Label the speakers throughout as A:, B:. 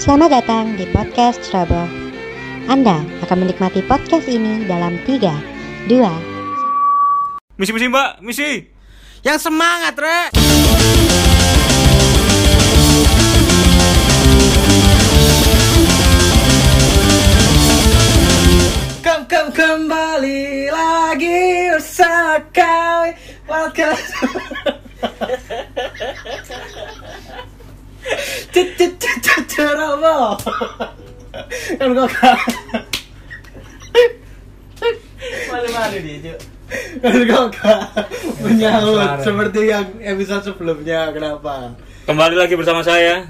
A: Selamat datang di podcast Trouble. Anda akan menikmati podcast ini dalam 3, 2,
B: Misi misi mbak, misi.
C: Yang semangat, Rek. Kem kem kembali lagi bersama kami. Welcome. Cut cut cut cut cerama. Kan kok kan.
D: Malu-malu dia, Cuk.
C: Kan kok kan. Menyahut seperti yang episode sebelumnya. Kenapa?
B: Kembali lagi bersama saya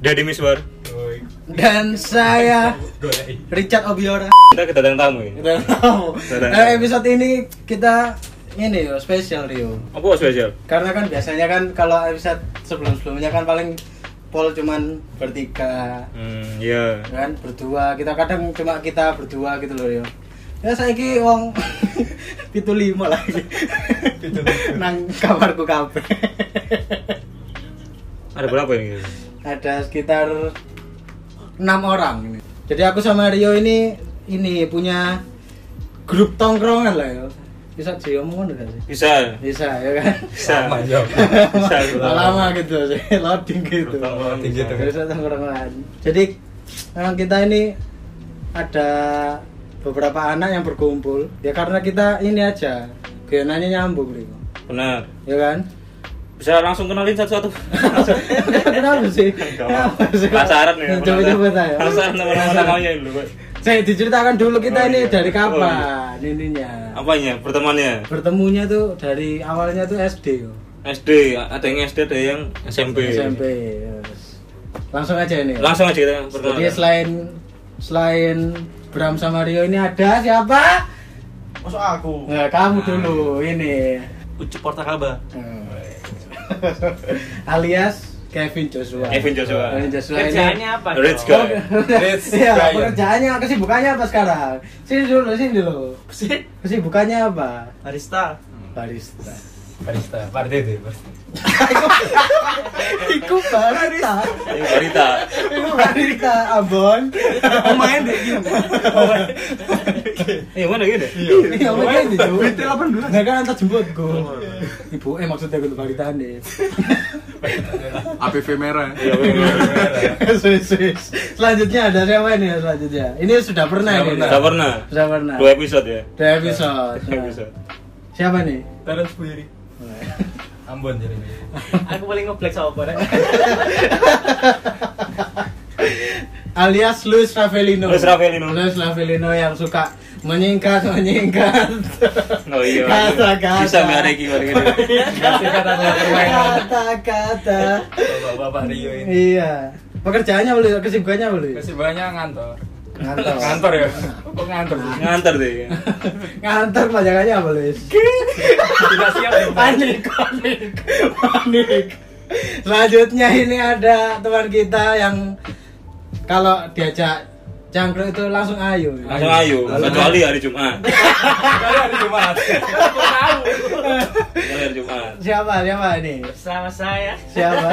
B: Dedi Miswar.
C: Dan saya Richard Obiora.
B: Kita kedatangan tamu ini.
C: Kita tahu.
B: Saudara.
C: Nah, episode ini kita ini yo spesial Rio.
B: Apa spesial?
C: Karena kan biasanya kan kalau episode sebelum-sebelumnya kan paling Paul cuman bertiga
B: Hmm, iya.
C: kan berdua kita kadang cuma kita berdua gitu loh Rio ya saya ki wong itu lima lagi nang kamarku kabeh
B: Ada berapa ini?
C: ada sekitar enam orang ini. jadi aku sama Rio ini ini punya grup tongkrongan lah ya bisa diomongin gak sih
B: Bisa.
C: bisa ya kan
B: Bisa.
D: Sama, Cuk.
B: Bisa.
C: lama gitu sih loading gitu
D: Tinggi tuh.
C: bisa tongkrongan jadi memang kita ini ada beberapa anak yang berkumpul ya karena kita ini aja genanya nyambung Rio
B: Benar.
C: ya kan
B: Bisa langsung kenalin satu-satu.
C: kenapa sih kenapa sih
B: Penasaran ya.
C: coba-coba saya
B: Penasaran sama nama-namanya dulu. Pak.
C: Saya diceritakan dulu
B: Oh,
C: kita ini
B: iya.
C: dari
B: Oh,
C: kapan ininya.
B: Apanya? ya? Pertemanannya?
C: Bertemunya tuh dari awalnya tuh SD. yo.
B: SD, ada yang SD, ada yang SMP.
C: SMP. yes. Langsung aja ini.
B: Langsung aja kita
C: Jadi
B: perkenalan.
C: selain selain Bram sama Rio ini ada siapa?
D: Masuk aku.
C: Nah, kamu dulu ini.
D: Ucup Portakaba.
C: Alias Kevin Joshua.
B: Kevin Joshua.
C: Kevin Joshua ini-
D: Kerjaannya apa? Cuk?
B: Rich guy.
D: Let's
C: Iya,
D: try.
C: pekerjaannya kesibukannya apa sekarang? Sini dulu, sini dulu.
D: Si
C: Kesibukannya apa?
D: barista.
C: Barista.
D: Barista, partai deh.
C: Iku barista.
B: Ini Barita.
C: Iku barista Ambon.
D: Pemain deh gini.
B: Iya, Eh, mana gini?
C: Iya, makanya itu. Berarti 18. Nah, kan antar jemput gua. Ibu eh maksudnya gua barista nih.
E: APV merah.
B: Iya, benar.
C: Sus, sus. Selanjutnya ada siapa ini ya selanjutnya? Ini sudah pernah ini.
B: Sudah pernah.
C: Sudah pernah.
B: Dua episode ya.
C: Dua episode.
B: Dua episode.
C: Siapa nih?
D: Terus Buyuri. Ambon jadi. Aku paling ngeblek sama Bora.
C: Alias Luis Ravelino.
B: Luis Ravelino.
C: Luis Ravelino yang suka menyingkat, menyingkat.
B: Oh iya.
C: Kata-kata.
B: Bisa nggak Reki kalau gitu?
D: Kasih kata-kata permainan.
C: Kata-kata.
D: Bapak Rio ini.
C: Iya. Pekerjaannya boleh, kesibukannya boleh.
D: Kesibukannya ngantor.
C: Ngantor.
D: Ngantor ya? Kok ngantor sih?
B: Nganter deh. ya.
C: Ngantor panjangannya apa, Luis?
D: Tidak siap ya?
C: panik, panik, panik. Selanjutnya ini ada teman kita yang kalau diajak cangkruk itu langsung ayo.
B: Langsung ayo, kecuali hari Jumat.
D: Kali hari Jumat. Aku tahu.
B: Kecuali hari Jumat.
C: Siapa? Siapa ini?
F: Sama saya.
C: Siapa?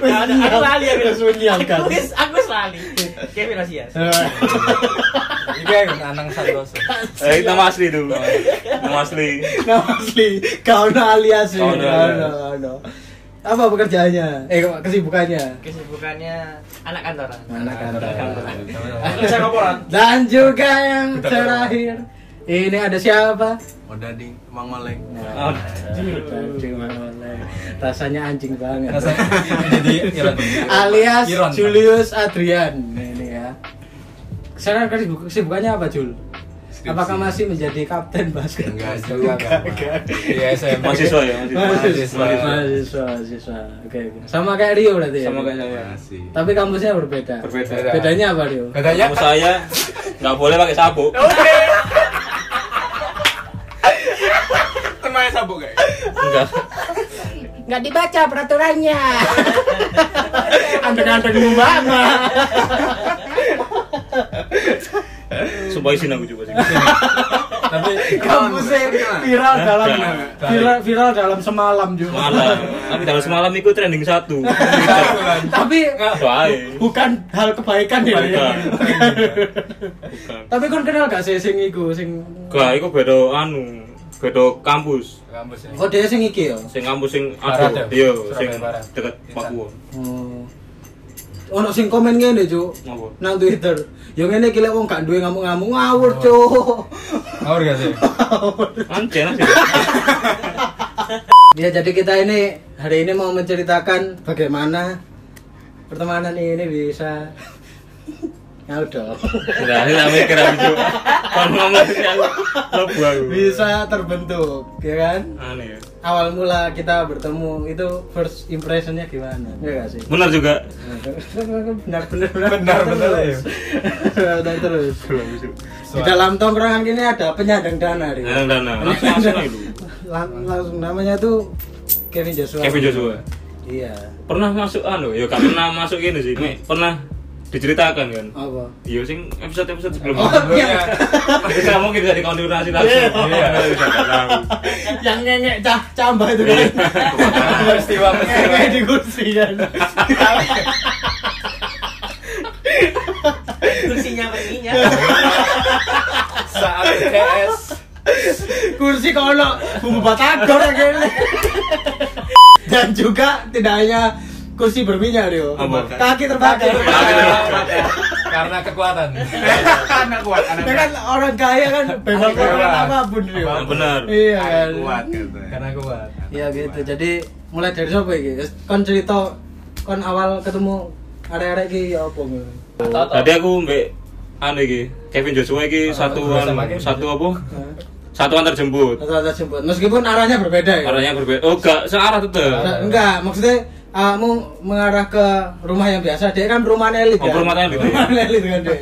F: Nah, ada- aku lali aku.
C: Terus menyiapkan.
F: Aku is- aku is lali. Kevin Asias.
C: Eh.
D: Ini yang Iya, Anang Santoso.
B: Eh, itu nama asli tuh. Nama asli.
C: Nama asli Kauna alias sih.
B: Kauna alias.
C: Kauna. Apa pekerjaannya? Eh kesibukannya?
F: Kesibukannya anak kantoran.
C: Anak
D: kan?
C: kantor.
D: Bisa koporan.
C: Dan juga yang terakhir ini ada siapa?
D: Oh,
E: Odading, Mang Maleng.
D: Nah,
B: Oh,
C: Anjing banget. Rasanya anjing banget.
D: Rasanya jadi Iron.
C: Alias
D: Iron. kan?
C: Julius Adrian ini ya. Sekarang kesibuk- kesibukannya apa Jul? Apakah masih menjadi kapten basket?
E: Enggak juga.
D: Iya, saya
B: mahasiswa ya, mahasiswa.
C: Mahasiswa, mahasiswa, mahasiswa. Oke, oke. Sama kayak Rio berarti ya?
B: Sama kayak
D: Iya,
B: saya.
E: Masih.
C: Tapi kampusnya berbeda.
B: Berbeda.
C: Bedanya apa Rio?
D: Bedanya
B: Kamu saya nggak boleh pakai sabuk.
D: ya,
E: Kenapa sabuk guys?
B: Enggak.
C: Nggak dibaca peraturannya. Andeng-andeng mama.
B: Sumpah izin aku coba sih.
D: Tapi
E: Kampusnya
C: viral dalam
B: Jangan.
C: viral, viral dalam semalam juga.
B: Malam. Tapi dalam semalam itu trending satu.
C: Tapi
B: Soalnya.
C: bukan hal kebaikan ya. ya.
B: Bukan. Bukan.
C: Tapi kon kenal gak sih sing iku sing
B: Gak, itu beda anu, beda kampus.
D: kampus ya.
C: Oh, dia sing iki ya.
B: Sing kampus sing
D: Barat
B: aduh,
D: ya?
B: iya,
D: Surabaya
B: sing
D: Barat.
B: deket Papua.
C: Oh. Ono sing komen ngene, Cuk.
B: Apa?
C: Nang Twitter. Yo ngene iki lek wong gak duwe ngamuk-ngamuk ngawur, Cuk.
D: Ngawur gak sih?
B: Anjir anjir.
C: Ya jadi kita ini hari ini mau menceritakan bagaimana pertemanan ini bisa ya udah
B: Nah, ini sampe kira gitu. Kon ngomong sih aku lebu aku.
C: bisa terbentuk ya kan
B: Aneh. ya.
C: awal mula kita bertemu itu first impressionnya gimana
B: Iya.
C: ya gak sih
B: Benar juga.
C: benar benar benar
D: Benar, benar,
B: iya.
D: ya.
C: benar terus di dalam tongkrongan ini ada penyandang dana Ri.
B: Nah, nah, nah. Langsung langsung aja dulu.
C: Lang- langsung namanya tuh Kevin Joshua
B: Kevin Joshua.
C: iya
B: Pernah masuk anu, ya gak pernah masuk ini sih. Mek, pernah diceritakan kan.
C: apa
B: Iya sing episode-episode
C: Oh,
B: sebelumnya.
C: iya.
B: Bisa mungkin bisa dikonfirmasi langsung.
C: Iya.
B: Iya, bisa gak tahu.
C: yang ngengek cah cambah itu kan
D: Iya. Peristiwa peristiwa.
C: ngengek di kursi kan
F: Kursinya penginya.
D: Saat CS.
C: kursi kalau bumbu batagor ya kayaknya. dan juga tidak hanya kursi berminyak Rio
B: Apa?
C: kaki terbakar
B: Oh, Kaki terbakar.
D: Karena kekuatan.
E: Anak kuat, anak
C: ya kan
E: kuat.
C: orang kaya kan bebas
D: Bebas.
C: melakukan apapun Rio
B: Nah, Benar.
C: iya
E: Anak
C: kan
E: kuat katanya.
D: Karena kuat.
C: iya gitu jadi mulai dari siapa iki kon cerita kon awal ketemu arek-arek iki ya apa gitu
B: Tadi aku mbek anu iki, Kevin Joshua iki
D: Oh,
B: satu
D: sama
B: anu,
D: Kevin
B: satu apa?
C: Hah?
B: Satu antar jemput.
C: rata-rata jemput meskipun arahnya berbeda ya
B: Arahnya berbeda. Oh, enggak searah tetep.
C: Nah, enggak maksudnya kamu mengarah ke rumah yang biasa dia kan rumah elit
B: Oh, rumah elit, ya.
C: Rumah elit kan dia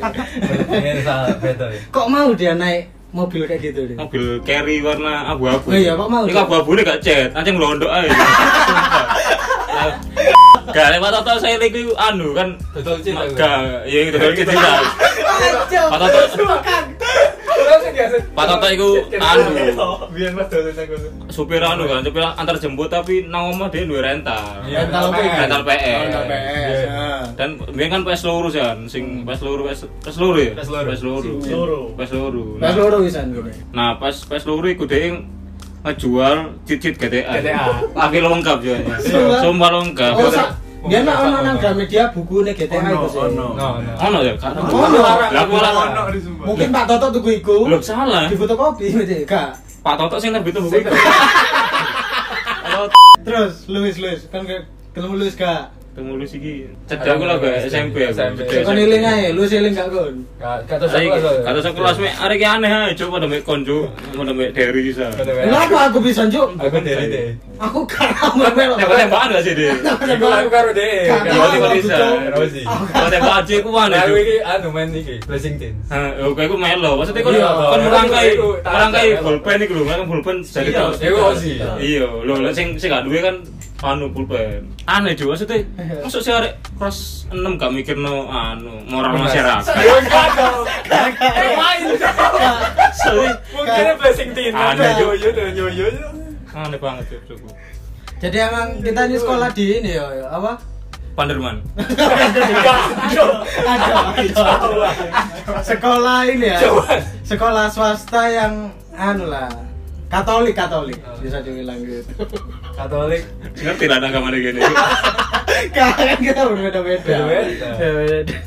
D: Ini salah beda ya.
C: kok mau dia naik mobil kayak gitu deh
B: Mobil carry warna abu-abu.
C: Oh iya, Pak, mau.
B: Ini abu-abu ini gak cat, anjing ngelondok aja. Sumpah. Nah, Gak lewat atau saya lagi anu kan.
D: Betul sih.
B: Gak, iya gitu kan kita. Pak Toto, Pak Toto itu anu,
D: Biar mas dosen aku.
B: supir anu kan, supir antar jemput tapi nang omah dia duwe rental.
D: Iya.
C: rental apa ya?
B: Rental PS.
C: rental PS
D: Iya.
C: nah.
B: Dan biyen kan PS loro kan, sing PS loro PS PS loro ya.
D: PS loro.
B: PS loro.
C: Sing
F: loro.
B: PS loro.
C: Nah,
B: Nah,
C: loro wisan gitu.
B: Nah, pas pas loro iku dhek ngejual cheat-cheat GTA.
D: GTA.
B: Akhir lengkap ya.
C: Sumpah.
B: Sumpah lengkap.
C: Oh, sa-
D: Mobil
C: dia nak
D: apa,
C: ono nang
D: mobil?
C: Gramedia buku nih GTA
E: Ono,
C: itu sih.
E: ono.
D: No, Anu. no.
B: Ono ya, kan.
C: Ono.
B: Lah aku lah.
E: Ono di Sumbar.
C: Mungkin Pak Toto tuku iku.
B: Loh, salah.
C: Di fotokopi gitu Kak.
B: Pak Toto sing nerbit tuh buku.
C: Terus Luis Luis kan ke- ketemu Luis Kak.
B: Temulus iki. Cedak aku lah gak SMP aku.
D: SMP.
B: Cedak
C: Kon eling ae, Luis eling gak kon.
D: Kata
B: Saiki,
D: sekolah.
B: Kata sekelas mek arek iki aneh ae coba demek konco, mau demek Derry bisa.
C: Kenapa aku bisa njuk?
D: Aku dari deh.
C: Aku kalah melok.
B: Tembak-tembakan gak sih, Dek?
D: Aku aku karo deh.
C: Gak
D: Karo
B: Wali
C: tahu,
D: Wali
B: Wali
C: Bang
B: Sa.
C: Bucong.
D: Rosi.
B: Kalau tembak aja aku mana,
D: Aku
B: Cuk?
D: ini anu main iki, Blessing Teens.
B: Hah, oh, kayak gue melo. Maksudnya kan
D: Iya,
B: kan
D: Bang.
B: merangkai
D: Itu, tak-
B: merangkai
D: tak-
B: pulpen iku lho, kan pulpen jadi
D: Iya,
B: terus.
D: iya, Ozi.
B: Iya, lho lho, sing sing gak duwe kan anu pulpen. Aneh juga maksudnya. Masuk sih arek kelas 6 gak mikirno anu moral
D: Bener.
B: masyarakat.
D: Iya,
B: Soalnya
D: Mungkin Blessing Teens.
B: Ada, Cuk.
D: yo yo yo yo.
B: aneh banget ya, cukup.
C: Jadi emang kita ini sekolah di ini ya, ya, apa?
B: Panderman.
C: Ada, ada. Sekolah ini ya. Sekolah swasta yang anu lah. Katolik Katolik bisa dibilang gitu.
D: Katolik.
B: Ngerti lah nang kamane gini.
C: Kan kita berbeda-beda.
D: Berbeda.
C: Berbeda.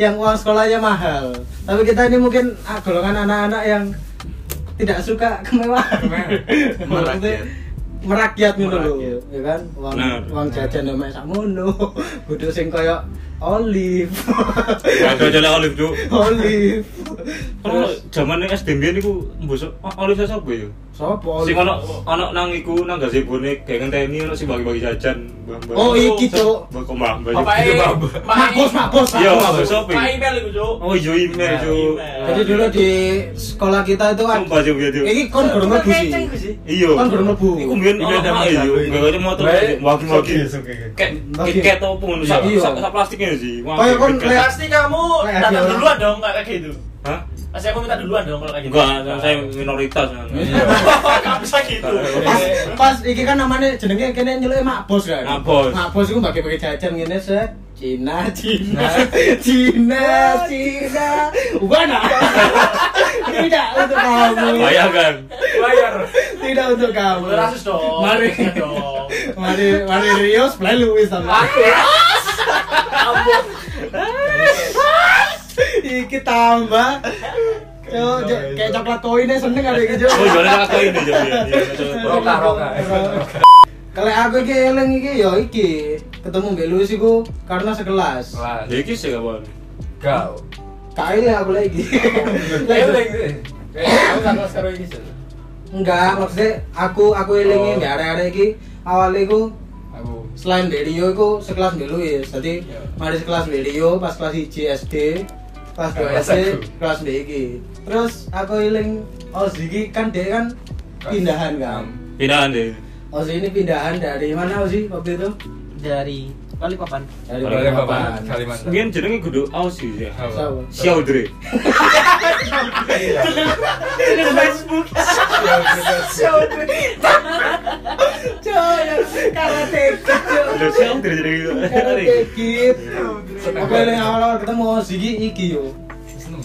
C: yang uang sekolahnya mahal. Tapi kita ini mungkin ah, golongan anak-anak yang tidak suka kemewahan. Maksudnya, merakyat gitu lho, ya kan? Uang
B: Benar.
C: uang jajan sama sakmono. Kudu sing koyo olive.
B: Ada jalan olive, Cuk.
C: olive.
B: Kalau
C: Terus
B: zaman SD mbiyen iku mbosok olive sapa ya?
C: sopo
B: Sing
C: olive?
B: ono ono nang iku nang gazebo ne geng ngenteni ono sing bagi-bagi jajan. Mbah-mbah.
C: Oh, iki, Cuk.
B: Mbah kok Gitu, mbah. mbah,
D: iya. Bapak
B: iki,
D: e.
B: Mbah.
C: Mak bos, mak bos, mak
B: Iya,
C: bos.
B: mbah shopping.
F: Pak email iku, Cuk.
B: Oh, iya email, Cuk.
F: Email.
C: Jadi dulu di sekolah kita itu kan
B: Sumpah, Cuk, ya, Cuk.
C: ini kon gurung mlebu sih.
F: Keceng iku sih.
B: Iya.
C: Kan belum mlebu.
B: Iku mbiyen ono
D: Iya,
B: mak,
D: iya,
B: iya.
D: iya.
B: Gak ada motor.
D: Baik.
B: Wagi-wagi.
D: Oke, oke, oke.
B: Kayak
C: Wagi.
B: kayak topung ngono. Sak
C: Iya.
B: sak- sak plastiknya sih. Wah,
C: Kayak kon
B: kayak-
C: kayak-
F: Pasti kamu
C: Kayak
F: datang
C: dia.
F: duluan dong nggak kayak gitu.
B: Hah?
F: Pasti aku minta duluan dong kalau kayak gitu.
B: Enggak, saya minoritas. kan.
D: Iya.
F: Enggak bisa gitu.
C: pas pas iki kan namanya jenenge kene nyeluke makbos kan
B: Makbos.
C: makbos iku bagi-bagi jajan ngene set Cina Cina
F: Oh,
C: Cina Cina Wana tidak untuk kamu
B: Bayangkan.
F: Bayar.
C: tidak untuk kamu
F: Boleh rasis dong.
C: mari
F: Iya dong.
C: mari mari Rio sebelah Luis sama
F: Ampun.
C: iki tambah Cok, cok, kayak coklat koinnya seneng ada gitu.
B: Oh, jualnya aku ini jadi.
D: Roka, roka.
C: Kalau aku iki eling iki ya iki ketemu Mbak Luis iku karena sekelas.
D: Kelas.
B: Ya iki sih kawan.
D: Gak.
C: Kayak aku lagi.
D: Kayak udah gitu. Kayak aku gak kelas karo ini sih.
C: Enggak, maksudnya aku aku elingi mbak arek-arek iki awalnya iku
D: Aku.
C: selain Mbak Rio iku sekelas Mbak Luis. Jadi
D: Iya.
C: mari sekelas Mbak Rio pas kelas 1 SD, kelas 2
D: Kelas
C: SD,
D: aku.
C: kelas Mbak iki. Terus aku eling Ozi iki kan dia kan pindahan kan.
B: Pindahan deh.
C: Ozi ini pindahan dari mana Ozi waktu itu?
F: Dari balik papan.
C: Dari
D: Kalimantan.
C: Balikpapan.
D: Kalimantan.
B: Mungkin jenenge kudu aus sih ya.
C: Siapa?
B: Xiao Dre.
F: Facebook.
B: Ada Xiao Dre jadi gitu.
C: Kayak gitu. Aku eling awal-awal ketemu Ozi iki iki yo.
D: Seneng.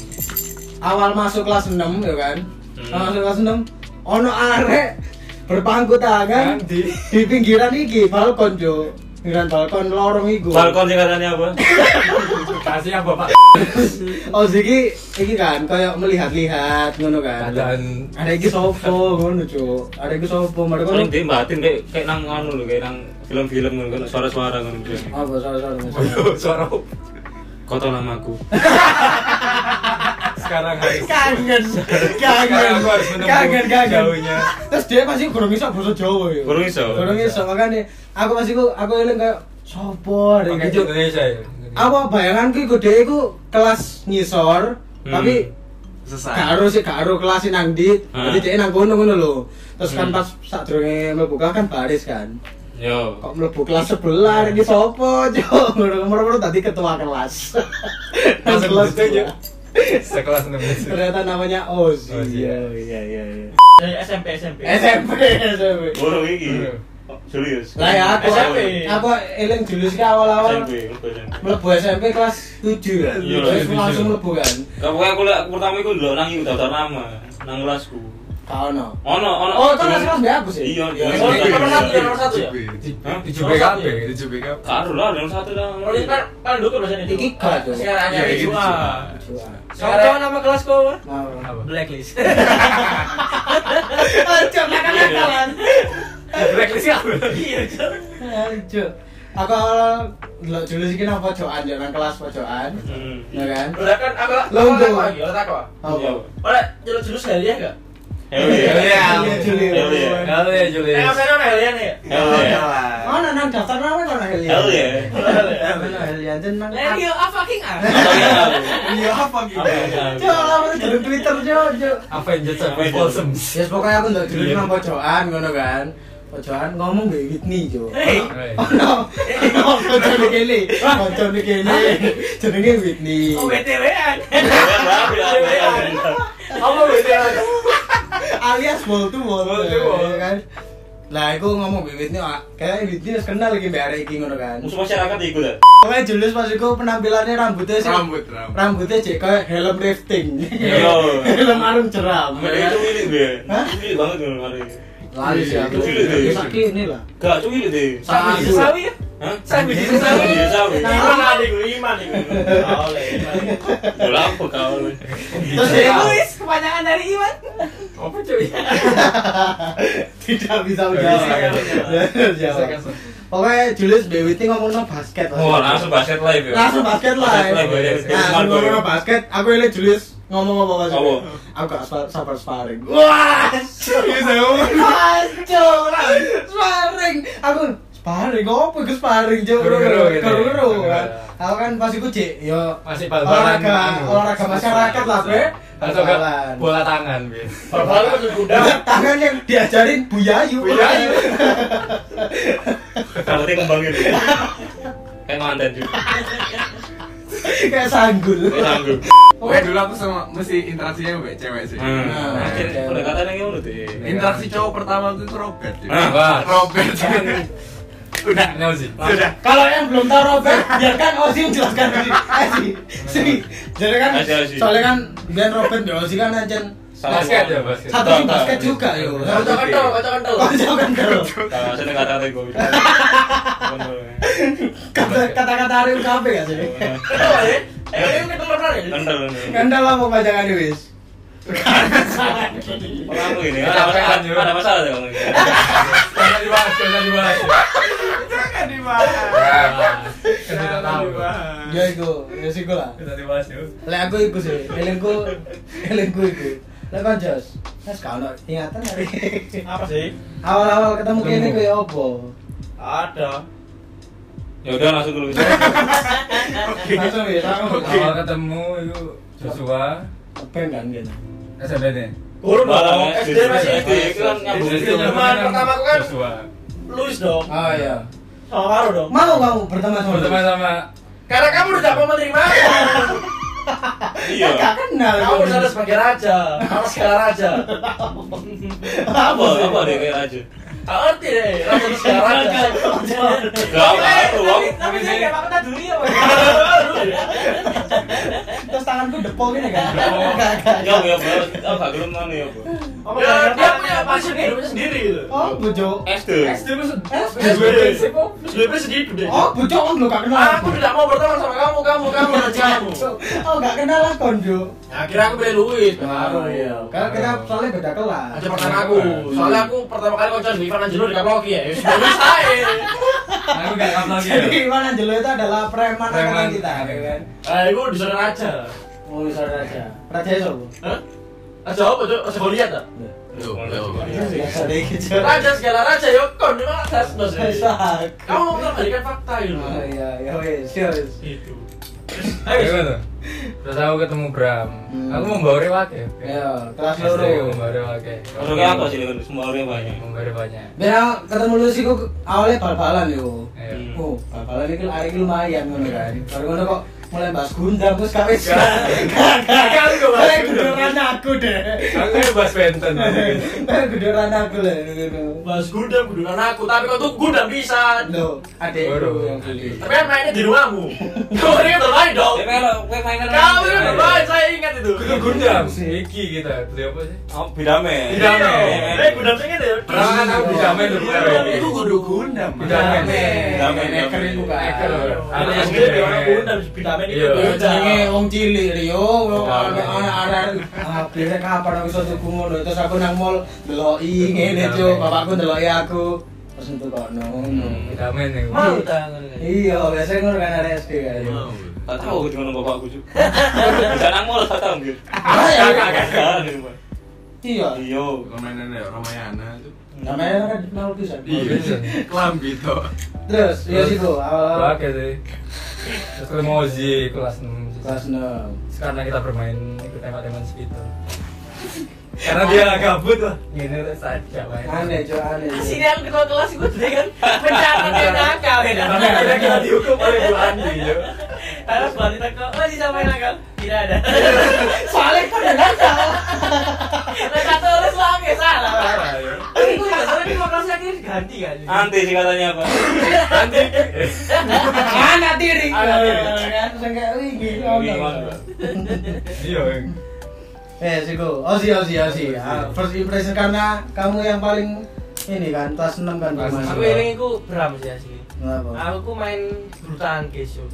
C: awal masuk kelas 6 ya kan
B: Hmm.
C: awal masuk kelas 6 ono arek berpangku tangan
D: Nanti.
C: di pinggiran iki balkon jo pinggiran balkon lorong iku
B: Balkon singkatannya apa?
D: Kasih ya bapak.
C: oh iki iki kan kayak melihat-lihat ngono kan
D: Keadaan.
C: ada iki sopo ngono cuk ada iki sopo mereka
B: Paling di batin kayak kayak nang anu lho, kayak nang film-film ngono kayak suara-suara ngono. gitu.
C: apa salah-salah
D: Boyo, suara op.
B: Kota namaku.
D: Sekarang harus.
C: kangen
D: Sekarang
C: kangen
D: aku harus menempuh
C: kangen kangen
D: jauhnya.
C: terus dia masih kurang iso bahasa Jawa ya
B: Kurang iso.
C: kurang iso makanya aku masih ku- aku eling kayak sopo ada
D: Pakai
C: iki
D: Indonesia ya.
C: apa bayanganku iku dhek iku kelas ngisor
B: Hmm.
C: tapi
E: Sesat.
C: gak harus sih gak harus kelas sih nang di
B: Ah.
D: Hmm.
C: jadi dhek nang kono ngono lho terus kan
B: Hmm.
C: pas saat mlebu kelas kan baris kan
B: Yo.
C: kok mlebu kelas sebelah iki sapa cuk ngono-ngono tadi ketua kelas Nang
D: Langsung
C: kelas
D: gitu,
C: dua.
D: Cuk. Sekelas enam itu.
C: ternyata namanya Ozi
D: Ozi.
C: iya iya iya iya.
F: Dari SMP SMP.
C: SMP SMP
B: Burung iki. Serius.
C: lah ya aku
F: SMP.
C: aku eling dulu sih awal-awal
B: SMP, lupa SMP.
C: mlebu SMP kelas 7 kan
B: Iya,
C: terus
B: kelas
C: langsung
B: tujuh.
C: mlebu kan
B: Gak pokoknya aku lek- pertama iku ndelok nang iku daftar nama, nang kelasku.
C: Kau no.
B: Ono ono.
C: Oh, itu kelas-kelas mbak aku sih?
B: Iya, iya.
F: Oh, nomor satu ya, nomor satu ya.
B: Hah?
D: 7 BKP, 7 BKP.
B: Karo lah nomor satu lah.
F: Kalau ini kan paling dulu bahasanya itu.
C: Iki gak, Cuk.
F: Sekarang hanya
E: Iya,
F: itu.
D: gitu.
E: iya.
F: ah.
D: Sekarang-
F: Sekarang nama kelas kau apa?
C: Nah,
D: Apa?
F: Blacklist.
B: Nakal-nakalan.
D: Blacklist ya.
F: Iya, Cok.
C: Cuk. Aku awal dulu dulu sih kena pojokan, Cuk, nang kelas pojokan.
B: Hmm.
C: Ya kan?
F: Udah kan apa?
C: Londo.
F: apa lagi? Otak apa? Iya.
C: Apa?
F: Ora jelek jelus Helia enggak?
B: Hell yeah.
C: Iya, Juli.
B: Hell yeah.
D: Halo ya Julius.
F: Yang saya orang Helia nih.
B: Hell yeah.
C: Oh, nang nang daftar nama nang ya? Helian.
B: Hell yeah.
C: ya, Nang Helian jen nang.
F: Helia a iya, ah, fucking a.
B: Contohnya apa?
E: Iya apa gitu?
B: ya?
C: Cuk, lama tuh dulu Twitter, Cuk, Cuk.
D: Avengers
B: Avengers.
D: Sevenfold Blossom.
C: Ya pokoknya aku ndak dulu
B: Iya.
C: nang pojokan ngono kan. Pojokan ngomong mbek Whitney, Cuk.
F: Hei.
C: Oh no, no, kocone kele, kocone kele, jenenge Whitney.
F: Oh, BTW-an.
B: Hell yeah.
F: Apa BTW-an?
C: alias wall to wall
D: Wall to wall.
C: ya kan lah aku ngomong bibit nih kayak bibit harus kenal lagi mbak Reki ngono kan
B: Musuh masyarakat ya iku lah.
C: pokoknya Julius pas itu penampilannya rambutnya sih
E: Rambut, rambut.
C: rambutnya sih kayak helm drifting
B: Iya.
C: helm arung ya kan? jeram
B: Mereka itu milik gue.
C: Hah?
B: Milik banget gue hari.
C: lalu sih aku
B: Iya, iya, iya.
C: sakit ya. ini lah
B: Gak cuy deh.
F: Sawi,
C: Sawi.
F: sawi ya?
B: Hah?
F: Sawi,
B: Bisa
F: sawi.
B: Bisa sawi.
F: Iman adik gue, iman adik gue. Oleh.
B: Bola apa kau?
C: terus dia
F: Luis, kepanjangan dari Iman.
D: Apa cuy?
C: tidak bisa
D: Bisa,
C: menjawab
D: kan?
C: Jawab. pokoknya Julius BWT ngomong no basket
B: Wah langsung basket live ya.
C: langsung basket lah
B: Basket live ya.
C: Nah, aku ngomong no basket, aku ini Julius ngomong apa apa
B: Apa?
C: Aku gak sabar, sabar sparring. Iya, Wah, serius aku. Kacau lah, sparring. Aku sparring, apa itu sparring? Jo,
D: Geru-geru gitu ya?
C: geru-geru. kan.
D: Geru-geru.
C: Aku kan pas iku cek, yo
D: Masih bal-balan.
C: olahraga, olahraga masyarakat lah, bre.
D: Atau enggak
C: Bal-balan.
D: bola tangan, Bin.
F: Bapak lu
C: Ya.
F: kuda.
C: Tangan yang diajarin Bu Yayu.
D: Bu Yayu.
B: Rambutnya kembang gitu. Kayak mantan juga.
C: Kayak sanggul.
B: Kayak sanggup.
C: Oke,
E: Pokoknya dulu aku sama mesti interaksinya sama cewek sih.
B: Hmm.
C: Nah,
B: Akhirnya
C: iya.
B: pendekatannya ngono deh.
E: Interaksi cowok pertama aku itu Robert. ya.
B: Ah,
D: wah.
E: Robert. Udah.
D: Kenal sih.
E: Sudah.
C: Kalau yang Kan belum tahu Robert, biarkan Ozi menjelaskan diri. Eh, Sih, sih. Jadi kan,
B: Aja, Ozi.
C: soalnya kan biar Robert dan Ozi kan aja
B: Salah
D: Basket ya
B: ngomong.
D: basket.
C: satu tim basket juga yo.
F: Kocok kental, kocok kental.
C: Kocok kental.
B: Nah, sini kata-kata gue.
C: Kata- Kata-kata Ariel KB gak sih?
F: Kental ya? Eh, ini ketemuan ya?
B: Kendel.
C: Kendal apa pajangan wis?
B: Kalau aku ini ada masalah, ada masalah tuh kamu.
D: Jangan dibahas, jangan dibahas.
E: Jangan dibahas.
D: Kan tidak tahu.
C: Ya iku, ya sih iku lah.
D: Tidak dibahas yuk.
C: Lek aku iku sih, elingku, elingku iku. Lek kan Jos, Mas kalau ingatan hari.
F: Apa sih?
C: Awal-awal ketemu kene koyo opo?
F: Ada.
B: Ya udah langsung dulu.
C: Langsung ya, aku
D: Awal ketemu itu Joshua.
C: Kepen kan gitu.
D: SMP nih.
F: Kurun
B: Barang,
F: dong.
B: ya.
F: SD masih
B: Jadi,
F: SD.
B: itu kan nyambung.
F: Jadi, zaman pertama aku kan
D: Joshua. Ah,
F: Luis dong.
C: Oh iya.
F: Sama Karo dong.
C: Mau kamu berteman sama
D: Berteman
C: dia?
D: sama
F: Karena kamu udah dapat menerima.
B: Iya.
C: Gak kenal.
F: Kamu udah ada sebagai raja. Kamu segala raja.
B: Apa apa deh kayak aja.
F: Gak ngerti deh. Raja itu segala raja.
B: Gak ngaruh, aku
F: Tapi saya
B: ini.
F: gak apa-apa dulu ya.
C: Terus tanganku depo gini kan?
B: Depo.
C: Gak, gak,
B: Ya
C: gak.
B: ya bro, aku gak gelem mana ya bro.
F: Ya, Dia punya passion hidupnya sendiri gitu.
C: Oh, bujo.
B: SD.
D: SD itu
F: Lebih sedih gede.
C: Oh, bujo kan lu gak kenal.
F: gitu Aku tidak mau berteman sama kamu, kamu, kamu, rajamu.
C: Oh, gak kenal lah konjo.
F: Akhirnya aku pilih Luis. Baru ya.
C: Karena kita soalnya beda kelas.
F: Aja pertama aku. Soalnya aku pertama kali kencan di Ivan Angelo di Kaploki ya. Ya sudah Luis ae.
D: Aku gak kamu lagi ya.
C: Jadi Iwan Angelo itu adalah preman
D: Preman.
C: angkatan kita, ya kan?
F: Ah, itu di sana raja.
C: Oh, saudara aja. Raja Solo.
F: Hah? Raja apa tuh? Raja Goliat ah?
E: Loh, loh.
C: Biasa deh gitu.
F: Raja segala raja yo kon di mana atas dos ini?
C: Sak.
F: Kamu mau terbalikan fakta gitu.
C: Oh iya, ya wes, ya wes.
F: Itu.
D: Ayo
F: Ayo.
D: tuh. Terus aku ketemu Bram.
C: Hmm.
D: Aku mau bawa rewak ya.
C: Ya, kelas
D: SD
C: loro.
D: Aku mau bawa rewak ya.
B: Terus kayak apa sih dengan semua orang yang banyak?
D: Mau bawa banyak.
C: Biar ketemu lu sih kok awalnya bal-balan yo.
D: Ayo.
B: Hmm.
C: Oh, bal-balan iki arek iki lumayan ngono kan. Baru ngono kok mulai bahas gundam terus kawe gagal
F: kok bahas
C: Kayak
F: Gundam.
C: gedoran aku deh.
D: Aku ya bahas Benten.
C: Kayak gedoran aku lah ngono.
F: Mas Gundam gudulan aku, tapi kau tuh Gundam bisa.
C: Lo, adek
D: Baru.
C: yang beli.
F: Tapi kan mainnya di rumahmu. Kamu ini terbaik dong.
B: Ya kalau gue mainan ya.
F: Kamu ini terbaik, saya ingat itu.
D: Itu Gundam. Iki kita beli apa sih?
B: Oh, bidame. Iya.
D: Bidame.
F: Eh, Gundam saya ingat ya.
D: Pertama kan aku bisa main dulu.
C: Iya,
E: Itu kudu gundam.
D: Gundam.
C: Damen, keren bukan.
D: Eker.
F: Ada yang gede, ada orang Gundam, vitamin itu.
D: Iya.
C: Jenenge wong cilik Rio, wong
D: Damen.
C: anak-anak akhirnya Ah, kapan aku iso tuku ngono. Terus aku nang mall deloki ngene cuk,
D: Damen.
C: bapakku deloki aku. Terus entuk kono.
D: Kita main Hmm, yang
F: Mau tangan.
C: Iya, biasanya ngono kan ada SD kan.
D: Iya.
B: Tak tahu dengan bapakku juga. Bisa nang mall tak tahu gitu.
C: Ah,
F: iya,
C: ya, ya, ya.
B: Kagak di rumah.
C: Iya.
B: Iya.
E: Permainan ya Ramayana itu.
C: Namanya kan mau pisan.
E: Iya. Kelambi to.
C: Terus, iya
D: Terus.
C: situ awal-awal
D: Oke sih. Terus ketemu Ozi kelas 6
C: kelas 6.
D: karena kita bermain ikut tembak-tembakan segitu karena dia gabut lah gini terus saja main
C: Aneh, cuk, aneh. Cuk.
F: Sini aku ketua kelas gue tuh kan pencatat yang nakal ya.
D: karena akhirnya kita dihukum oleh Bu Andi yo
F: Harus balik nakal. Oh, sih sama yang nakal. Tidak ada.
C: Soalnya kok udah nakal.
F: Nah, satu orang selama ya salah. Tapi gue nggak salah di kelas akhirnya diganti kan.
B: Anti sih katanya apa?
C: Anak tiri.
F: Anak tiri.
C: Kan terus kayak wih
F: iya,
B: Gimana?
C: gila.
D: iya yang
C: Eh, Siko. Osi, Osi, Osi. Ah, First impression karena kamu yang paling ini kan, kelas 6 kan
D: Kelas
C: Mas.
D: enam.
F: Aku ini aku beram sih asli.
C: Kenapa?
F: Aku main bulu tangkis yo.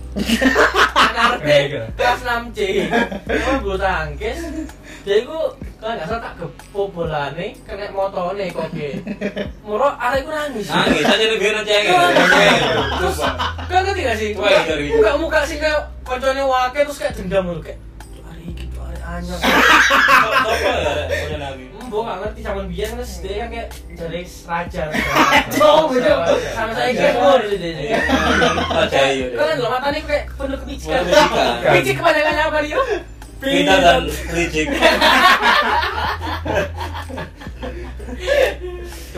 F: Anarte kelas 6 C. Aku bulu tangkis. Jadi aku kalau nggak salah tak kebobolane kena motone koke. Moro arek ku nangis.
B: Nangis aja lebih nanti
F: Iya,
B: aja.
F: Terus kau ngerti gak sih?
B: iya. Wah, iya,
F: Muka-
B: dari-
F: Muka-muka sih kayak kocoknya wake terus kayak dendam loh kayak "Cuk, hari ini cuk, hari anyar."
B: Apa ya? Punya lagi.
F: Mbok gak ngerti sama biar terus dia kan kayak dari raja.
C: Jauh, jauh.
F: Sama saya kayak gua dulu jadi.
B: Aja iya.
F: Kalian loh matanya kayak penuh kepicikan.
B: Penuh kepicikan.
F: Picik kepada kalian apa Rio?
B: Kita dan kan, licik.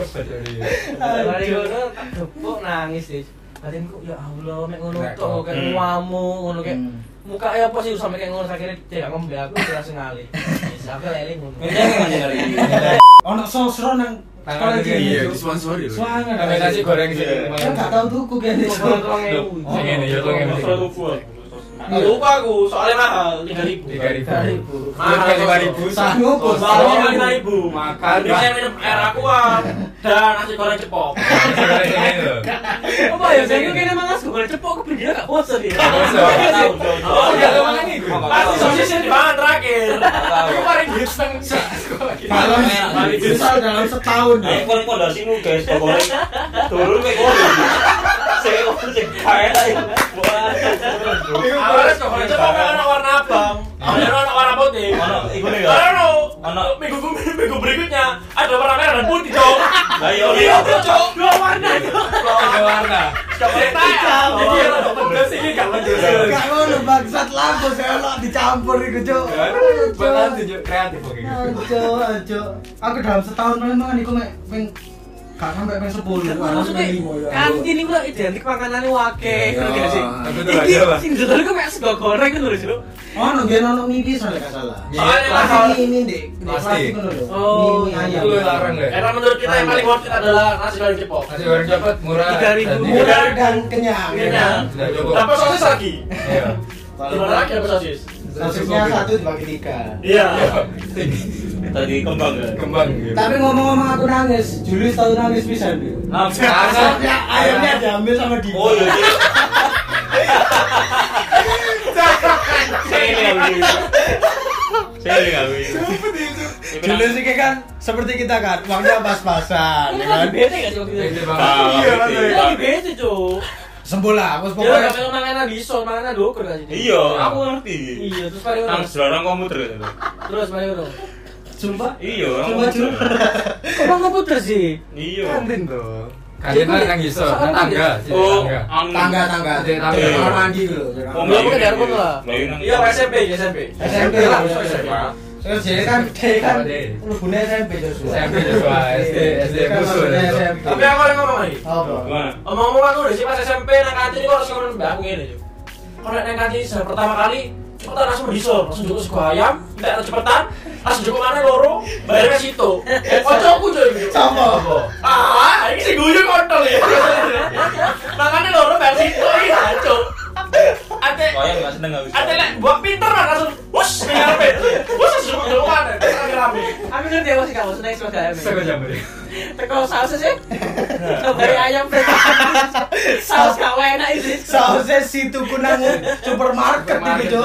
D: coba dari Iya.
F: Dari gue tak gebuk nangis sih. Batinku ya Allah mek ngono
D: Nek
F: tok kayak
B: Hmm.
F: ngamu ngono kayak
C: Hmm.
F: muka ya apa sih sampai kayak ngono akhirnya dia ngombe aku terus ngali. Wis aku leli ngono.
B: Iya, kan,
C: Ono sosro nang sekolah
D: Tangan
C: jenenge,
E: Iya,
C: Cuk.
E: disponsori loh.
C: Suangan.
D: Sampai nasi goreng sih.
C: Kan gak tau tuku kene. Cuk.
F: Ngobrol tolong ewu.
D: Oh, ini
B: kan,
D: ya, tolong ewu.
B: Terlalu kuat.
F: Lupa aku soalnya mahal 3000.
D: Tiga ribu.
F: Mahal,
D: Harga lima ribu.
E: Oh,
C: Sanggup, Bos.
F: Soalnya kali lima ribu. Makan. Bisa minum air aqua dan nasi goreng cepok. Apa ya? Saya kira emang nasi goreng cepok aku berdiri gak bosan ya.
D: bosen.
F: Oh,
D: Oh,
F: enggak
D: gak
F: ada
D: ada
F: makan
D: makan
F: nih.
D: nih, gue.
F: Pasti sosisnya di bahan terakhir. Aku paling duit setengah.
C: Malam
B: Malam.
C: misal dalam setahun.
B: Nah, ini paling pondasimu guys, pokoknya turun kayak kono. Saya kono sing kae lah. Wah,
C: Eh,
F: Awalnya sekolah cepok kan anak warna abang. Awalnya anak warna putih.
B: Iya. Ono iku lho. ya.
F: Karena
B: Ono-
F: minggu minggu berikutnya ada warna merah dan putih dong.
B: Lah iya,
F: Iya
B: iya.
F: dong. Dua warna.
D: Ada warna.
B: Iya,
F: Jadi ya dong. Terus ini gak lanjut.
C: Gak ngono bangsat lampu selok dicampur iku, Cuk. Aduh, Cuk.
D: Bahkan tunjuk kreatif kok gitu.
C: Ajo, ajo. Aku dalam setahun paling mangan iku mek ping gak sampai ping ya. 10.
F: Maksudnya kantin itu identik makanannya wake
E: Iya.
F: ngerti gak sih?
D: Tapi itu gak
F: Ini
D: ada, Pak.
F: sing dodol iku kayak sego goreng ngono lho, Cuk.
C: Ono biyen Oh, anu, ono mimpi soalnya gak salah.
F: Soalnya
D: Iya,
F: mahal.
C: Pasti ini, Dek. Ini
D: Pasti.
C: Pasti ngono lho.
F: Oh,
C: Mie
F: iya.
C: ayam.
D: Itu larang ya.
F: Karena menurut kita yang paling worth it adalah nasi goreng cepok.
D: Nasi goreng cepet murah.
F: 3.000.
D: Dan tiga-
C: Murah dan kenyang.
F: Kenyang.
D: Sudah cukup.
F: Dapat sosis lagi.
D: Iya.
F: Gimana lagi dapat sosis?
C: Sosisnya satu dibagi tiga.
F: Iya.
B: Tadi kembang ya.
D: Kembang gitu.
C: Tapi ngomong-ngomong aku nangis, Julius tahu nangis pisan. Dek.
D: Karena-
C: Ya, ayamnya diambil sama Diko.
B: Oh, iya. iya. Saya ini aku. ini. Saya ini aku. ini.
C: Julius ini kan seperti kita kan, uangnya pas-pasan,
F: Ini
C: ya kan?
F: lagi bete gak sih waktu
D: Beda
F: itu?
D: banget.
B: Ah,
E: Iya,
B: ngerti,
F: Ini lagi
B: ngerti.
F: bete, Cuk.
C: Sembuh lah, aku
F: Dia
C: pokoknya
F: gak pengen makanan iso, makanan dokur gak sih?
B: Iya, aku ngerti.
F: Iya, terus paling
B: Nang
F: urung.
B: selarang kamu terus. itu.
F: Terus paling urung.
C: sumpah.
B: Iya,
C: Cuma
B: kamu
C: curhat.
B: 아,
F: Kok bang komputer sih?
B: Iya.
E: tuh.
D: Kalian kan nang iso, nang tangga, sih,
B: Oh,
D: tangga.
B: ang-
C: Tangga, tangga.
D: Jadi tangga.
B: Iya.
C: Kamar mandi gitu.
B: Oh,
F: Belum ke daerah pun lah.
B: Lah, iya, nang-
F: Iya, SMP, SMP.
C: SMP
F: lah,
C: lah.
F: SMP.
C: Terus jadi kan, dia kan,
D: Apa, Dek?
C: lubunnya SMP Joshua.
D: SMP Joshua, SD, SD
C: Kan
D: musuh,
C: lubunnya
D: ya.
C: SMP.
F: Tapi aku lagi ngomong lagi.
C: Apa?
B: Gimana?
F: Omong-omong aku udah sih pas SMP nang kantin kok harus ngomong mbak aku gini Cuk. Kalau nang kantin saya pertama kali cepetan langsung diesel, langsung cukup sego ayam, tidak ada cepetan, langsung cukup mana loro, bayarnya situ. Kocokku cuy. Cuk.
C: Sama.
F: Ah, ini sih guyu kontol ya. Makanya loro bayar situ ini hancur. Ate
B: Kaya nggak iya, seneng aku.
F: Ada lek buat pinter lah langsung bus ngarepe. Bus langsung jauh mana? Rame. Aku ngerti apa sih kamu seneng sama kayak
D: Bisa gue jamur ya?
F: Teko sausnya sih. Kabari ayam pekat. Saus gak enak ini.
C: Sausnya situ kunang supermarket gitu, Jo.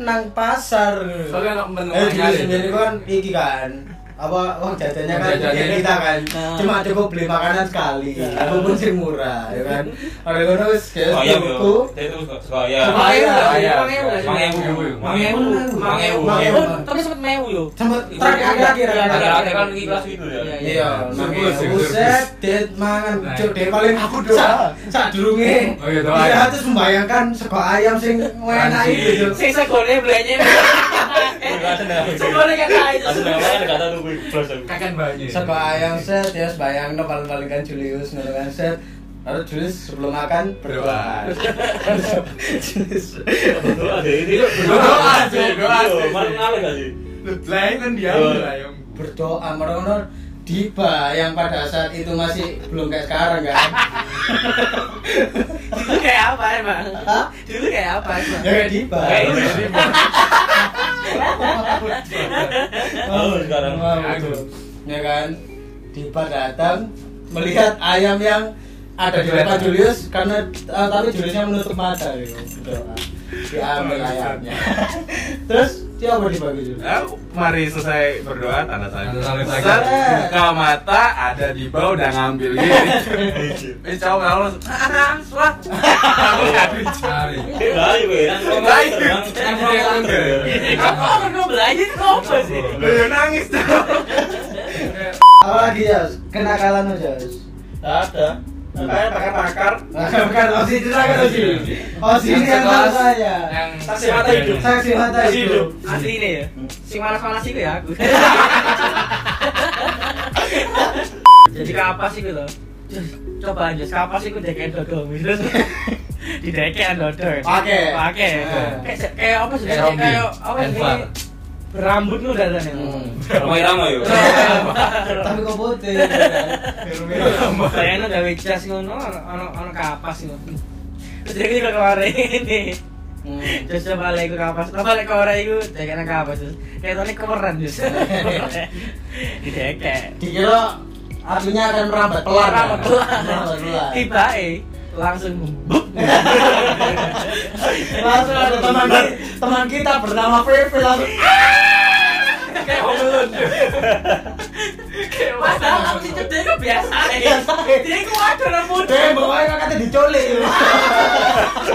C: Nang pasar.
D: Soalnya anak menengah
C: Eh, Julius
D: nyari.
C: sendiri kan, iki kan apa uang jajannya kan
D: Uang jajannya. Nah.
C: kayak kita kan
F: Nah.
C: cuma cukup beli makanan sekali itu pun sih murah ya kan ada kono wis ya, kayak
B: Kaya
C: tuku.
B: yo. Dia itu kaya.
C: Cuma-
B: Mang ewu. Mang ewu.
C: Mang ewu.
F: Oh, Tapi sempet mewu yo.
C: Sempet terakhir akhir akhir
B: Akhir-akhir kan ini kelas
G: gitu.
B: itu ya.
F: Iya,
C: Iya,
D: Surplus,
C: makanya
D: surplus.
C: buset, dit mangan
D: Nah.
C: cuk dia paling aku doa. Sak durunge.
D: Oh, iya, doa.
C: Iya, terus membayangkan sego ayam sing enak itu. Cuk.
F: Sisa goreng belanja.
B: Nggak seneng aku.
F: Segone kata itu.
B: Nggak seneng aku, kan nggak tahu tuh gue plus aku.
D: Kakan banyu.
C: Sego ayam set, dia bayangno paling-paling kan Julius ngono kan set. Lalu Julius sebelum makan berdoa. Julius.
B: Doa deh, ini.
D: Doa sih, doa
B: Iya,
D: sih.
B: Mang ngalah nggak sih?
E: Lain kan dia
B: Iya.
E: ambil ayam.
C: Berdoa merono Diba yang pada saat itu masih belum kayak sekarang kan.
F: Dulu kayak apa emang?
C: Hah?
F: Dulu kayak apa emang?
C: Ya kayak Diba.
B: Kayak ini. Tahu sekarang.
C: Wah, betul. ya kan Dipa datang melihat ayam yang ada di depan Julius karena eh, tapi Juliusnya menutup mata gitu berdoa. diambil ayamnya terus dia apa dibagi Julius
E: Ah, Mari selesai berdoa tanda
D: Tanda
E: salib.
D: salib lagi.
E: Set, buka mata ada di bawah udah ngambil gitu. Eh cowok lalu langsung, "Ah, langsung lah." Aku nggak ada.
D: Hari.
B: Lain gue. Nang- nang-
E: Lain.
B: nang- nang- nang- nang-
F: Aku orang mau belanja itu apa sih?
E: Ayo nangis cowok.
C: apa lagi ya kenakalan aja
B: Ada.
F: Kayak pakar-pakar.
C: bukan osis itu kan osis osis yang tahu
D: sekelas,
C: saya
D: yang
F: Saksi mata hidup.
C: saksi mata itu
F: Asli ini ya. Sing malas-malas itu ya aku. Jadi ke apa sih gitu?
G: coba aja kapas iku deken dodol terus di deken dodol
C: Pake.
G: pakai
C: Eh.
G: kayak kayak apa sih
D: Kayak
G: kayak
D: rombi.
G: kayak apa sih
D: Envar.
G: berambut lu dasarnya
F: Hmm.
B: Ramai ramai yo.
C: Hmm. tapi kok ya? putih
G: Bayangin udah wijas ngono, ono ono- ono kapas ngono. Terus dia kira keluar ini.
C: Hmm.
G: Terus coba lagi ke kapas, coba lagi ke orang itu, dia kena kapas terus. Kayak tadi kemeran terus. Didekek.
C: dikira apinya akan merambat pelan ya?
G: Pelan pelan.
C: Merambat pelan.
G: Tiba eh langsung buk.
C: langsung ada teman ki- teman kita bernama Pepe langsung "Ah,
G: Kayak homelun. Kayak masalah sih dia itu biasa.
C: iya,
G: eh. Dia itu ada orang muda.
C: deh pokoknya Eh, kakaknya diculik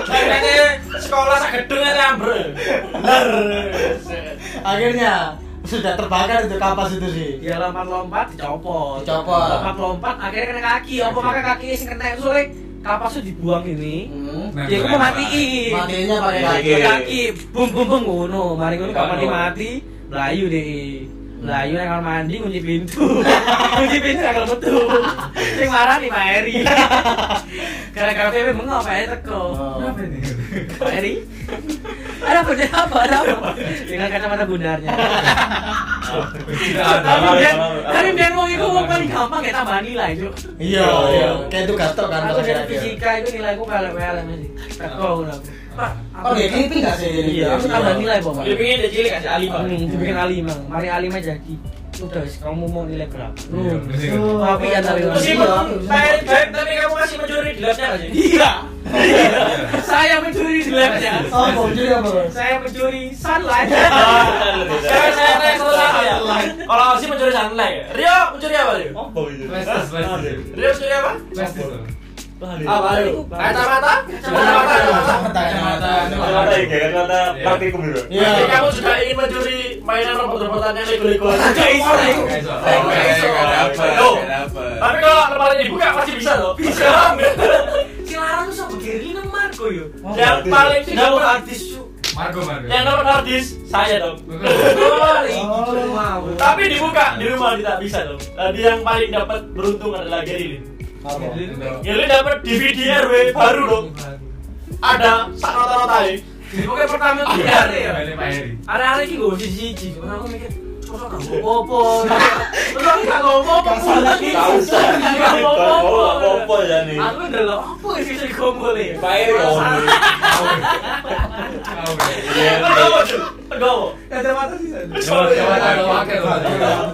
G: Kayaknya sekolah sak gedung aja ambruk.
C: Ler. akhirnya sudah terbakar itu kapas itu sih
G: Ya lompat-lompat dicopot.
C: Dicopot.
G: Lompat-lompat akhirnya kena kaki. Apa pakai kaki sing kena itu soalnya kapas itu dibuang ini.
C: Hmm.
E: Nah,
G: Dia itu mau matiin.
C: Matiinnya pakai
G: Pakai
B: kaki.
G: kaki. Bum bum bum ngono. Mari ngono gak mati mati. Melayu deh. Melayu nang kamar mandi kunci pintu. kunci pintu nang metu. Sing marah nih Pak Eri. Gara-gara Pepe bengok Pak Eri teko.
C: Oh.
D: Kenapa ini?
G: Pak Eri. Ada bunda apa? Ada apa? Dengan kacamata bundarnya.
D: Tidak ada.
B: Alay,
G: tapi biar
B: alay,
G: tapi
B: alay.
G: biar wong iku wong paling gampang ya tambah nilai Cuk.
C: iya iya kayak itu gatel kan
G: aku
C: kalau
G: dari
C: kira-kira.
G: fisika itu nilai aku kalah kalah masih teko ngono aku. Pak, aku
C: oh ya klipin nggak sih ini?
G: iya aku tambah nilai Pak.
C: Iya.
G: dia cilik kasih alim dibikin alim Bang. mari alim aja jadi udah wis, kamu mau nilai berapa
D: Iya,
G: Lu.
D: bersih.
C: Oh,
G: tapi ya tapi
C: Meskipun Pak Eri
G: baik tapi kamu masih mencuri di labnya aja iya saya mencuri di labnya
C: oh mau jadi apa Bang?
G: saya mencuri sunlight Iya.
B: Saya- saya- saya-
G: sunlight kalau sih mencuri sunlight Rio mencuri apa Rio
B: Apa gitu? itu?
D: Flestis, flestis.
G: Rio mencuri apa
D: Flestis.
G: apa itu? Kacamata? Kacamata?
C: Kacamata, kacamata.
B: Kata ini kata praktikum gitu. itu.
C: Iya.
G: Berarti kamu sudah ingin mencuri mainan robot-robotan yang Iya. lego-lego Tidak bisa
D: Nggak bisa.
E: Gak dapet,
G: Tuh.
E: gak dapet.
G: Tapi kalau lemari dibuka masih bisa loh Bisa Si Larang tuh sama Gerli nang Marco yo Yang paling tidak Oh, artis
D: Margo, Margo.
G: Yang nomor artis Saya dong
C: Oh.
G: Tapi dibuka di rumah tidak bisa dong Tadi yang paling dapat beruntung adalah Gerli
C: Apa?
G: Gerli dapat DVD RW baru dong Ada sak nota-notanya Dibuka pertama
D: Balik Pak Eri.
G: Arek-arek iki nggo siji-siji, cuman aku mikir Masa gak ngopo-opo Masa aku gak ngopo-opo
C: Gak salah
G: Masa
B: Tahu sih.
G: Gak ngopo-opo
B: Apa apa ya nih?
G: Aku ndelok apa sih sing gombole
B: Baik dong.
D: Tahu, Pak Eri.
B: Iya.
G: Pedowo Cuk. Pedowo
E: Kacamata sih, San.
D: Coba, coba, coba, pakai, Pak.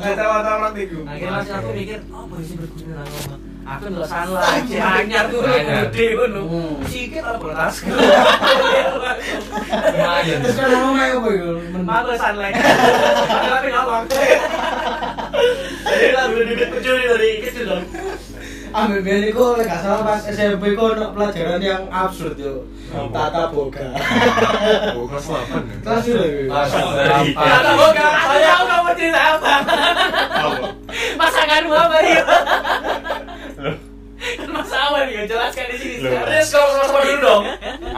E: Kacamata praktikum.
G: Akhirnya langsung aku mikir Apa sih berguna nang omah? Aku ndelok salah anjir, anyar tuh gede ngono
C: Hmm.
G: Sikit apa tas
D: Lumayan.
C: terus kan ngomong kayak apa itu?
G: Mago sunlight Tapi nolong Jadi lah dulu duit pencuri dari kecil dong
C: ambil biaya ku oleh gak salah pas SMP ku ada pelajaran yang absurd yo
B: Apa?
C: tata boga
E: Oh, kelas delapan, ya?
C: kelas dulu
B: Ah,
E: Kelas
B: Kelas
E: delapan.
G: Kata boga, saya tahu kamu cerita apa.
B: Apa?
G: Pasanganmu apa Rio?
B: Loh,
G: Kan Mas Awan ya, jelaskan di sini.
B: Loh.
G: Terus kalau sama sama dulu dong.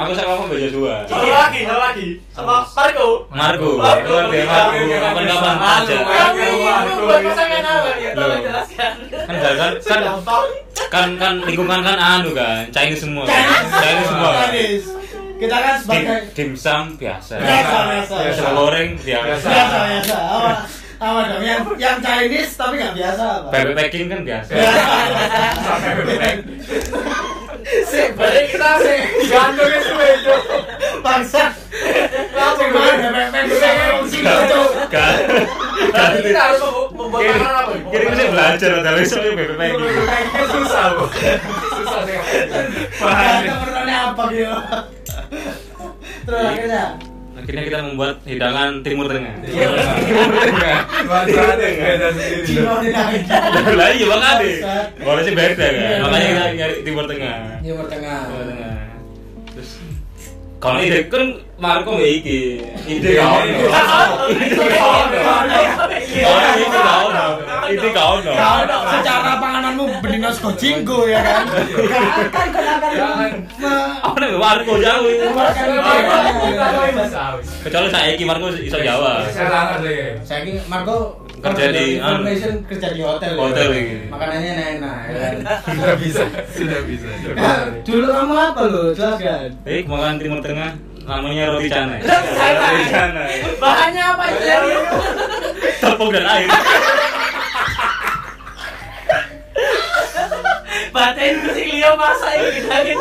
B: Aku sama kamu beda dua.
G: Satu
D: Iya.
G: lagi, satu lagi. Sama Marco.
B: Margo, Margo,
G: Margo.
B: Margo, apa kabar aja?
G: Kami
E: Marco.
G: buat pasangan apa ya? Tolong
B: Loh.
G: jelaskan.
B: Kan kan kan kan kan kan lingkungan kan anu kan, Chinese semua. kan? Chinese semua. kan?
C: Manis. kita kan
B: Dim,
C: sebagai
B: dimsum biasa.
C: Biasa, biasa.
B: Nasi goreng biasa.
C: biasa biasa apa apa dong yang yang Chinese tapi nggak biasa apa
B: Bebek packing kan biasa.
D: Sampai bebek.
G: Berarti kita sih.
E: Gantungnya sepeda.
C: bangsa langsung main bebek bebek fungsi itu
B: Kan.
G: Kita harus membu- membuat
B: Kira
G: makanan apa?
B: kira saya belajar ada besok ya bebek packing.
E: Kayaknya susah, Bu.
D: Susah sih.
C: Bahan. apa gitu terus akhirnya
B: Akhirnya kita membuat hidangan Timur Tengah.
D: Iya.
E: Bahan-bahan yang beda sendiri.
C: Cino dinamika
B: Lah iya banget deh. Boleh sih beda kan. Makanya kita nyari Timur Tengah.
C: Timur Tengah
B: Timur Tengah. Terus kalau ide kan Marco nggak iki. Ide
E: Iya.
B: kau.
E: Iya.
B: Ide kau. Ide kau.
G: Iya.
B: Ide kau.
C: Kau dong, secara pangananmu bendino sego jinggo ya kan?
B: Iya.
C: Kan kan akan
D: Jangan.
B: Aku nih Marco jauh itu.
C: memakan
D: Margo, Margo, Margo, Mas Awis.
B: Kecuali saya iki Marco iso Jawa.
D: Saya sangat, Le.
C: Saya ini Marco
B: kerja di anu,
C: information kerja di hotel. ya.
B: Hotel, iya.
C: Makanannya enak. ya.
E: sudah bisa sudah bisa
C: Nah, dulu kamu apa kan? lo? Jelaskan.
B: eh makan timur tengah namanya roti canai
F: Canai.
B: canai
F: Bahannya apa itu?
B: tepung dan air
F: Batin si Leo masa ini lagi.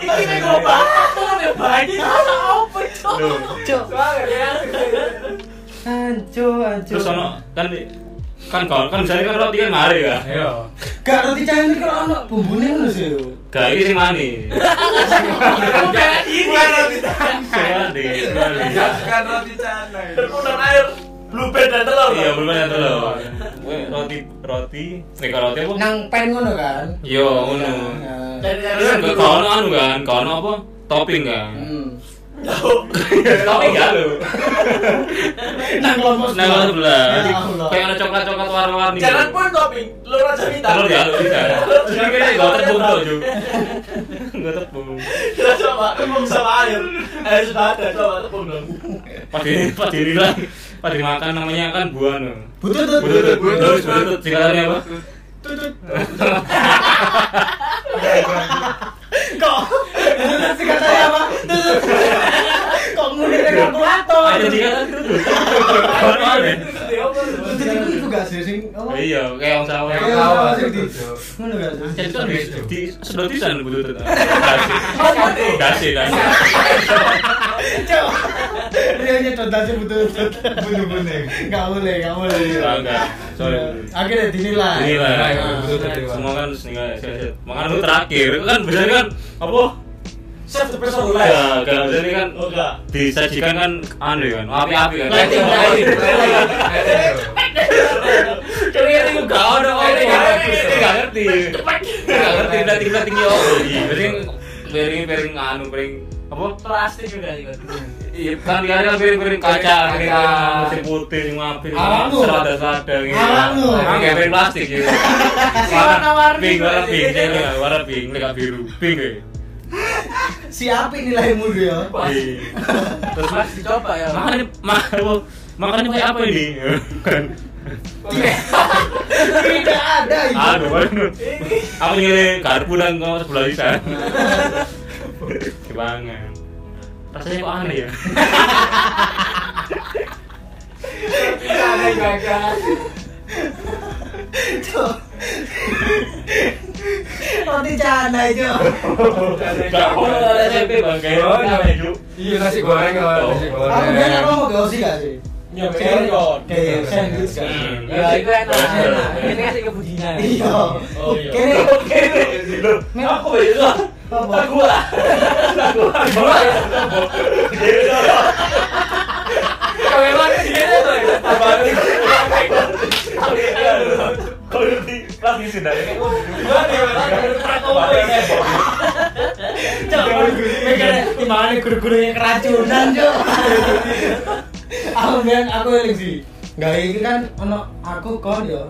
F: Iki nek kok bahan ya bagi masa apa itu? Cuk.
C: Anco, anco.
B: terus ono kan kan kalau kan misalnya kan roti kan mari ya
D: Ayo.
C: Gak roti cantik kalau ono bumbunya ngono sih. lo.
B: gak ini sing manis
F: Aku kayak ini.
E: bukan roti
B: Saya di Bali.
E: Ya, bukan roti canai
F: Terpundan air blueberry dan telur.
B: iya belum ada telur Weh, roti roti nek kalau roti apa
C: Nang pen ngono kan?
B: Yo, ngono.
C: Nah.
B: terus
D: Iya,
B: kan gak kono anu kan kono apa topping kan
C: Hmm.
B: topping gak lu
C: Nang kelompok
B: nah kalau sebelah
C: Ya Allah.
B: kayak ada coklat coklat warna-warni
F: Jangan pun topping, telur aja minta.
B: telur ya lu bisa terus kan kayaknya gak tepung tuh Ju. gak tepung
F: Kita coba tepung sama air. Air sudah ada, coba tepung dong.
B: pas di pas diri lah pas dimakan namanya kan buah no
C: Butut
B: butut butut
C: butut.
B: butut butut singkatannya apa
C: Kok? Butut sih katanya apa? Tutut. Kok ngulirnya kalkulator?
B: ada singkatan itu tuh Apa nih?
C: Butut itu ibu gak sih sing? apa?
B: iya kayak orang sawah
D: Kayak orang sawah.
C: Sing di- Ngono gak sih?
B: Jadi kan di- di sedot pisan butut dasi dasi dasi
C: Coba. Realnya totasi butut bunuh-bunuh. Gak boleh, gak boleh. Iya.
B: Enggak, enggak. Sorry.
F: Ah, iya.
C: Akhirnya dinilai.
B: ini lah
D: Nah,
C: Nah.
D: butut tadi, Bang.
B: semua kan sengaja makan lu terakhir kan biasanya kan apa
F: Chef the person who
B: ya
F: lies.
B: kalau biasanya kan
F: Oh, enggak.
B: disajikan kan anu kan api-api kan
F: Lighting, lighting.
B: Kayaknya itu gak ada orang
F: Ini gak ngerti.
B: Ini gak ngerti Gak ngerti udah tinggal tinggi apa Iya, Piring piring piring anu piring apa?
F: Plastik juga juga.
B: Iya kan dia ada piring piring kaca
E: Kaca.
B: piring mesin putih semua piring
C: Arangmu.
B: serada serada gitu.
C: Arangmu.
B: Arang kayak piring plastik gitu.
F: Si warna-warni.
B: pink warna pink saya lihat warna pink lihat biru pink ya.
C: Si api nilaimu dia.
B: Iya. Terus
F: Mas dicoba ya.
B: makanya makanya makanya kayak apa ini? Kan.
C: Tidak ada itu.
B: Aduh, aduh. Aku nilai garpu dan kau sebelah bisa. Kebangan. Rasanya kok aneh ya?
C: Roti canai Jo.
B: Gak boleh ada SMP bang, kayak
D: Oh,
B: aneh,
D: iya.
B: Ju.
D: Iya nasi goreng lah, nasi
C: Aku biasanya
D: goreng.
C: ngomong gak sih gak sih?
F: Nyobain kok.
C: Kayak sandwich kan. gak sih?
B: Hmm.
F: Ya, itu enak.
C: Enak.
F: Ini kasih kebudinan.
C: Iya.
F: Oh iya.
C: Kene
F: Ini aku beli lah.
C: Apa?
F: Tak gua. Tak gua. Gua. Kameranya di sini tuh. Apa ini?
B: Iya, Kau ngerti? Lagi sih dari.
F: Gua di mana?
B: Iya,
C: Gimana guru-gurunya keracunan Jo? Aku bilang aku eling sih. Gak ini kan ono aku kon yo.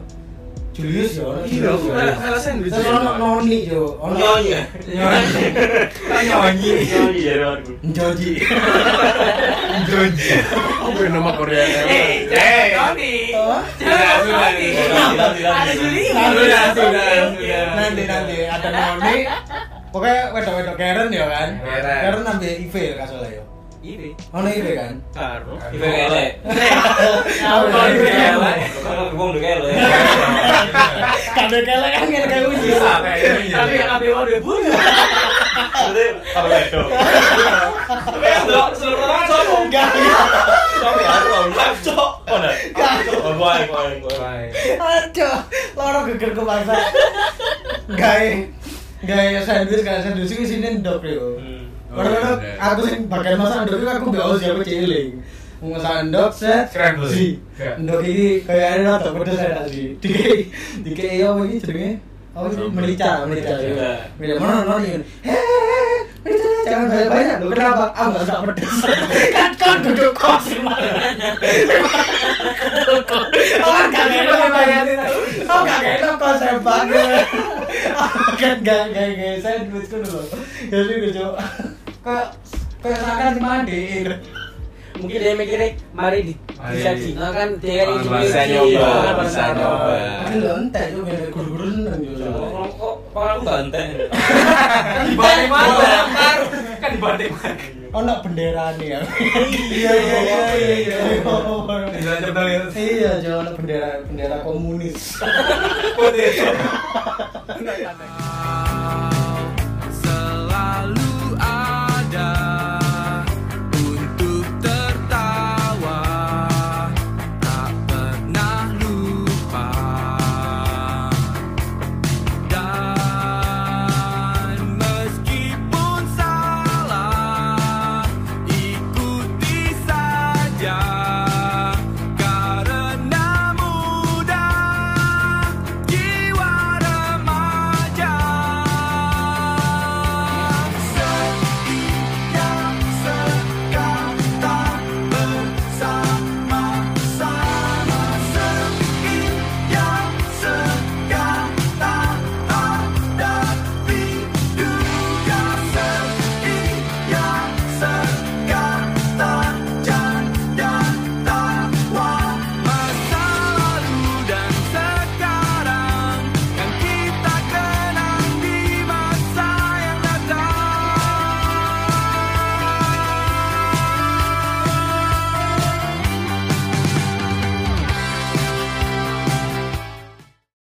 C: Julius yo. ono
E: Iya,
C: Julius, yo.
E: kalau sandwich.
C: Terus ono Noni Jo. Ono
F: Nyonya.
E: Nyonya.
B: Iya, Ron.
C: Joji.
E: Apa nama Korea?
F: Eh,
G: iya.
F: jangan Tony.
C: Oh.
F: Jangan Tony.
B: Sudah, sudah,
F: Ada
B: sudah.
F: Juli.
E: Sudah, sudah,
F: Oke, oke.
E: sudah.
C: nanti nanti ada Noni pokoknya wedok-wedok Karen ya kan
E: Karen.
C: Karen nambah IV ya kak soalnya ya
F: Ini.
C: Ono IV kan
E: Karo.
D: ya?
B: Oh, iya.
F: Ibe elek.
C: Aku
F: Kalau ibe
C: Ibe
F: elek.
C: elek.
F: Kalau gua udah elek.
C: kado kelek kan kayak kayak uji
F: Tapi kan abe wae bunyi. Jadi,
B: Apa itu?
F: abe ndelok seluruh orang sopo.
C: enggak
F: Sopo ya, orang cok.
B: Oh, enggak. Oh, boy, boy, boy.
C: aduh loro geger ku bangsa gae gae sandwich gae sandwich iki sini ndok yo
B: Hmm.
D: Oh,
C: Karena aku sing bagian masak ndok itu aku gak usah aku cilik Masak ndok set
D: Scramble.
C: si.
D: Ya.
C: Ndok iki kayaknya rada pedes enak sih. Dikei dikei apa iki jenenge? Apa sih merica, merica.
B: Ya.
C: Merica mana mana ini. Hehehe, merica, Jangan banyak banyak lo kenapa? Aku gak suka pedes. Kan kan duduk kos Orang kan gak enak bayarin. Oh gak enak kos saya banget. Kan gak gak gak saya Ya, duit kan loh. Jadi gue coba kayak kayak seakan di mandir.
G: mungkin dia mikirnya mari di
D: Mari.
G: disaji nah, kan dia
E: Orang
G: kan izin
E: bisa
G: izin,
E: nyoba,
G: orang
E: bisa
G: penasaran.
E: nyoba.
C: Tapi lo entek yo bener guru-guru seneng yo.
B: Kalau- kalau- kok- kalau aku nggak enteng
D: Kan di Bali mana? Kan di Bali mana?
C: Ono benderane ya. Oh,
D: Iya iya iya iya. Tidak jebol ya.
C: Iya, jo ono bendera bendera komunis.
D: Putih.
E: Bye.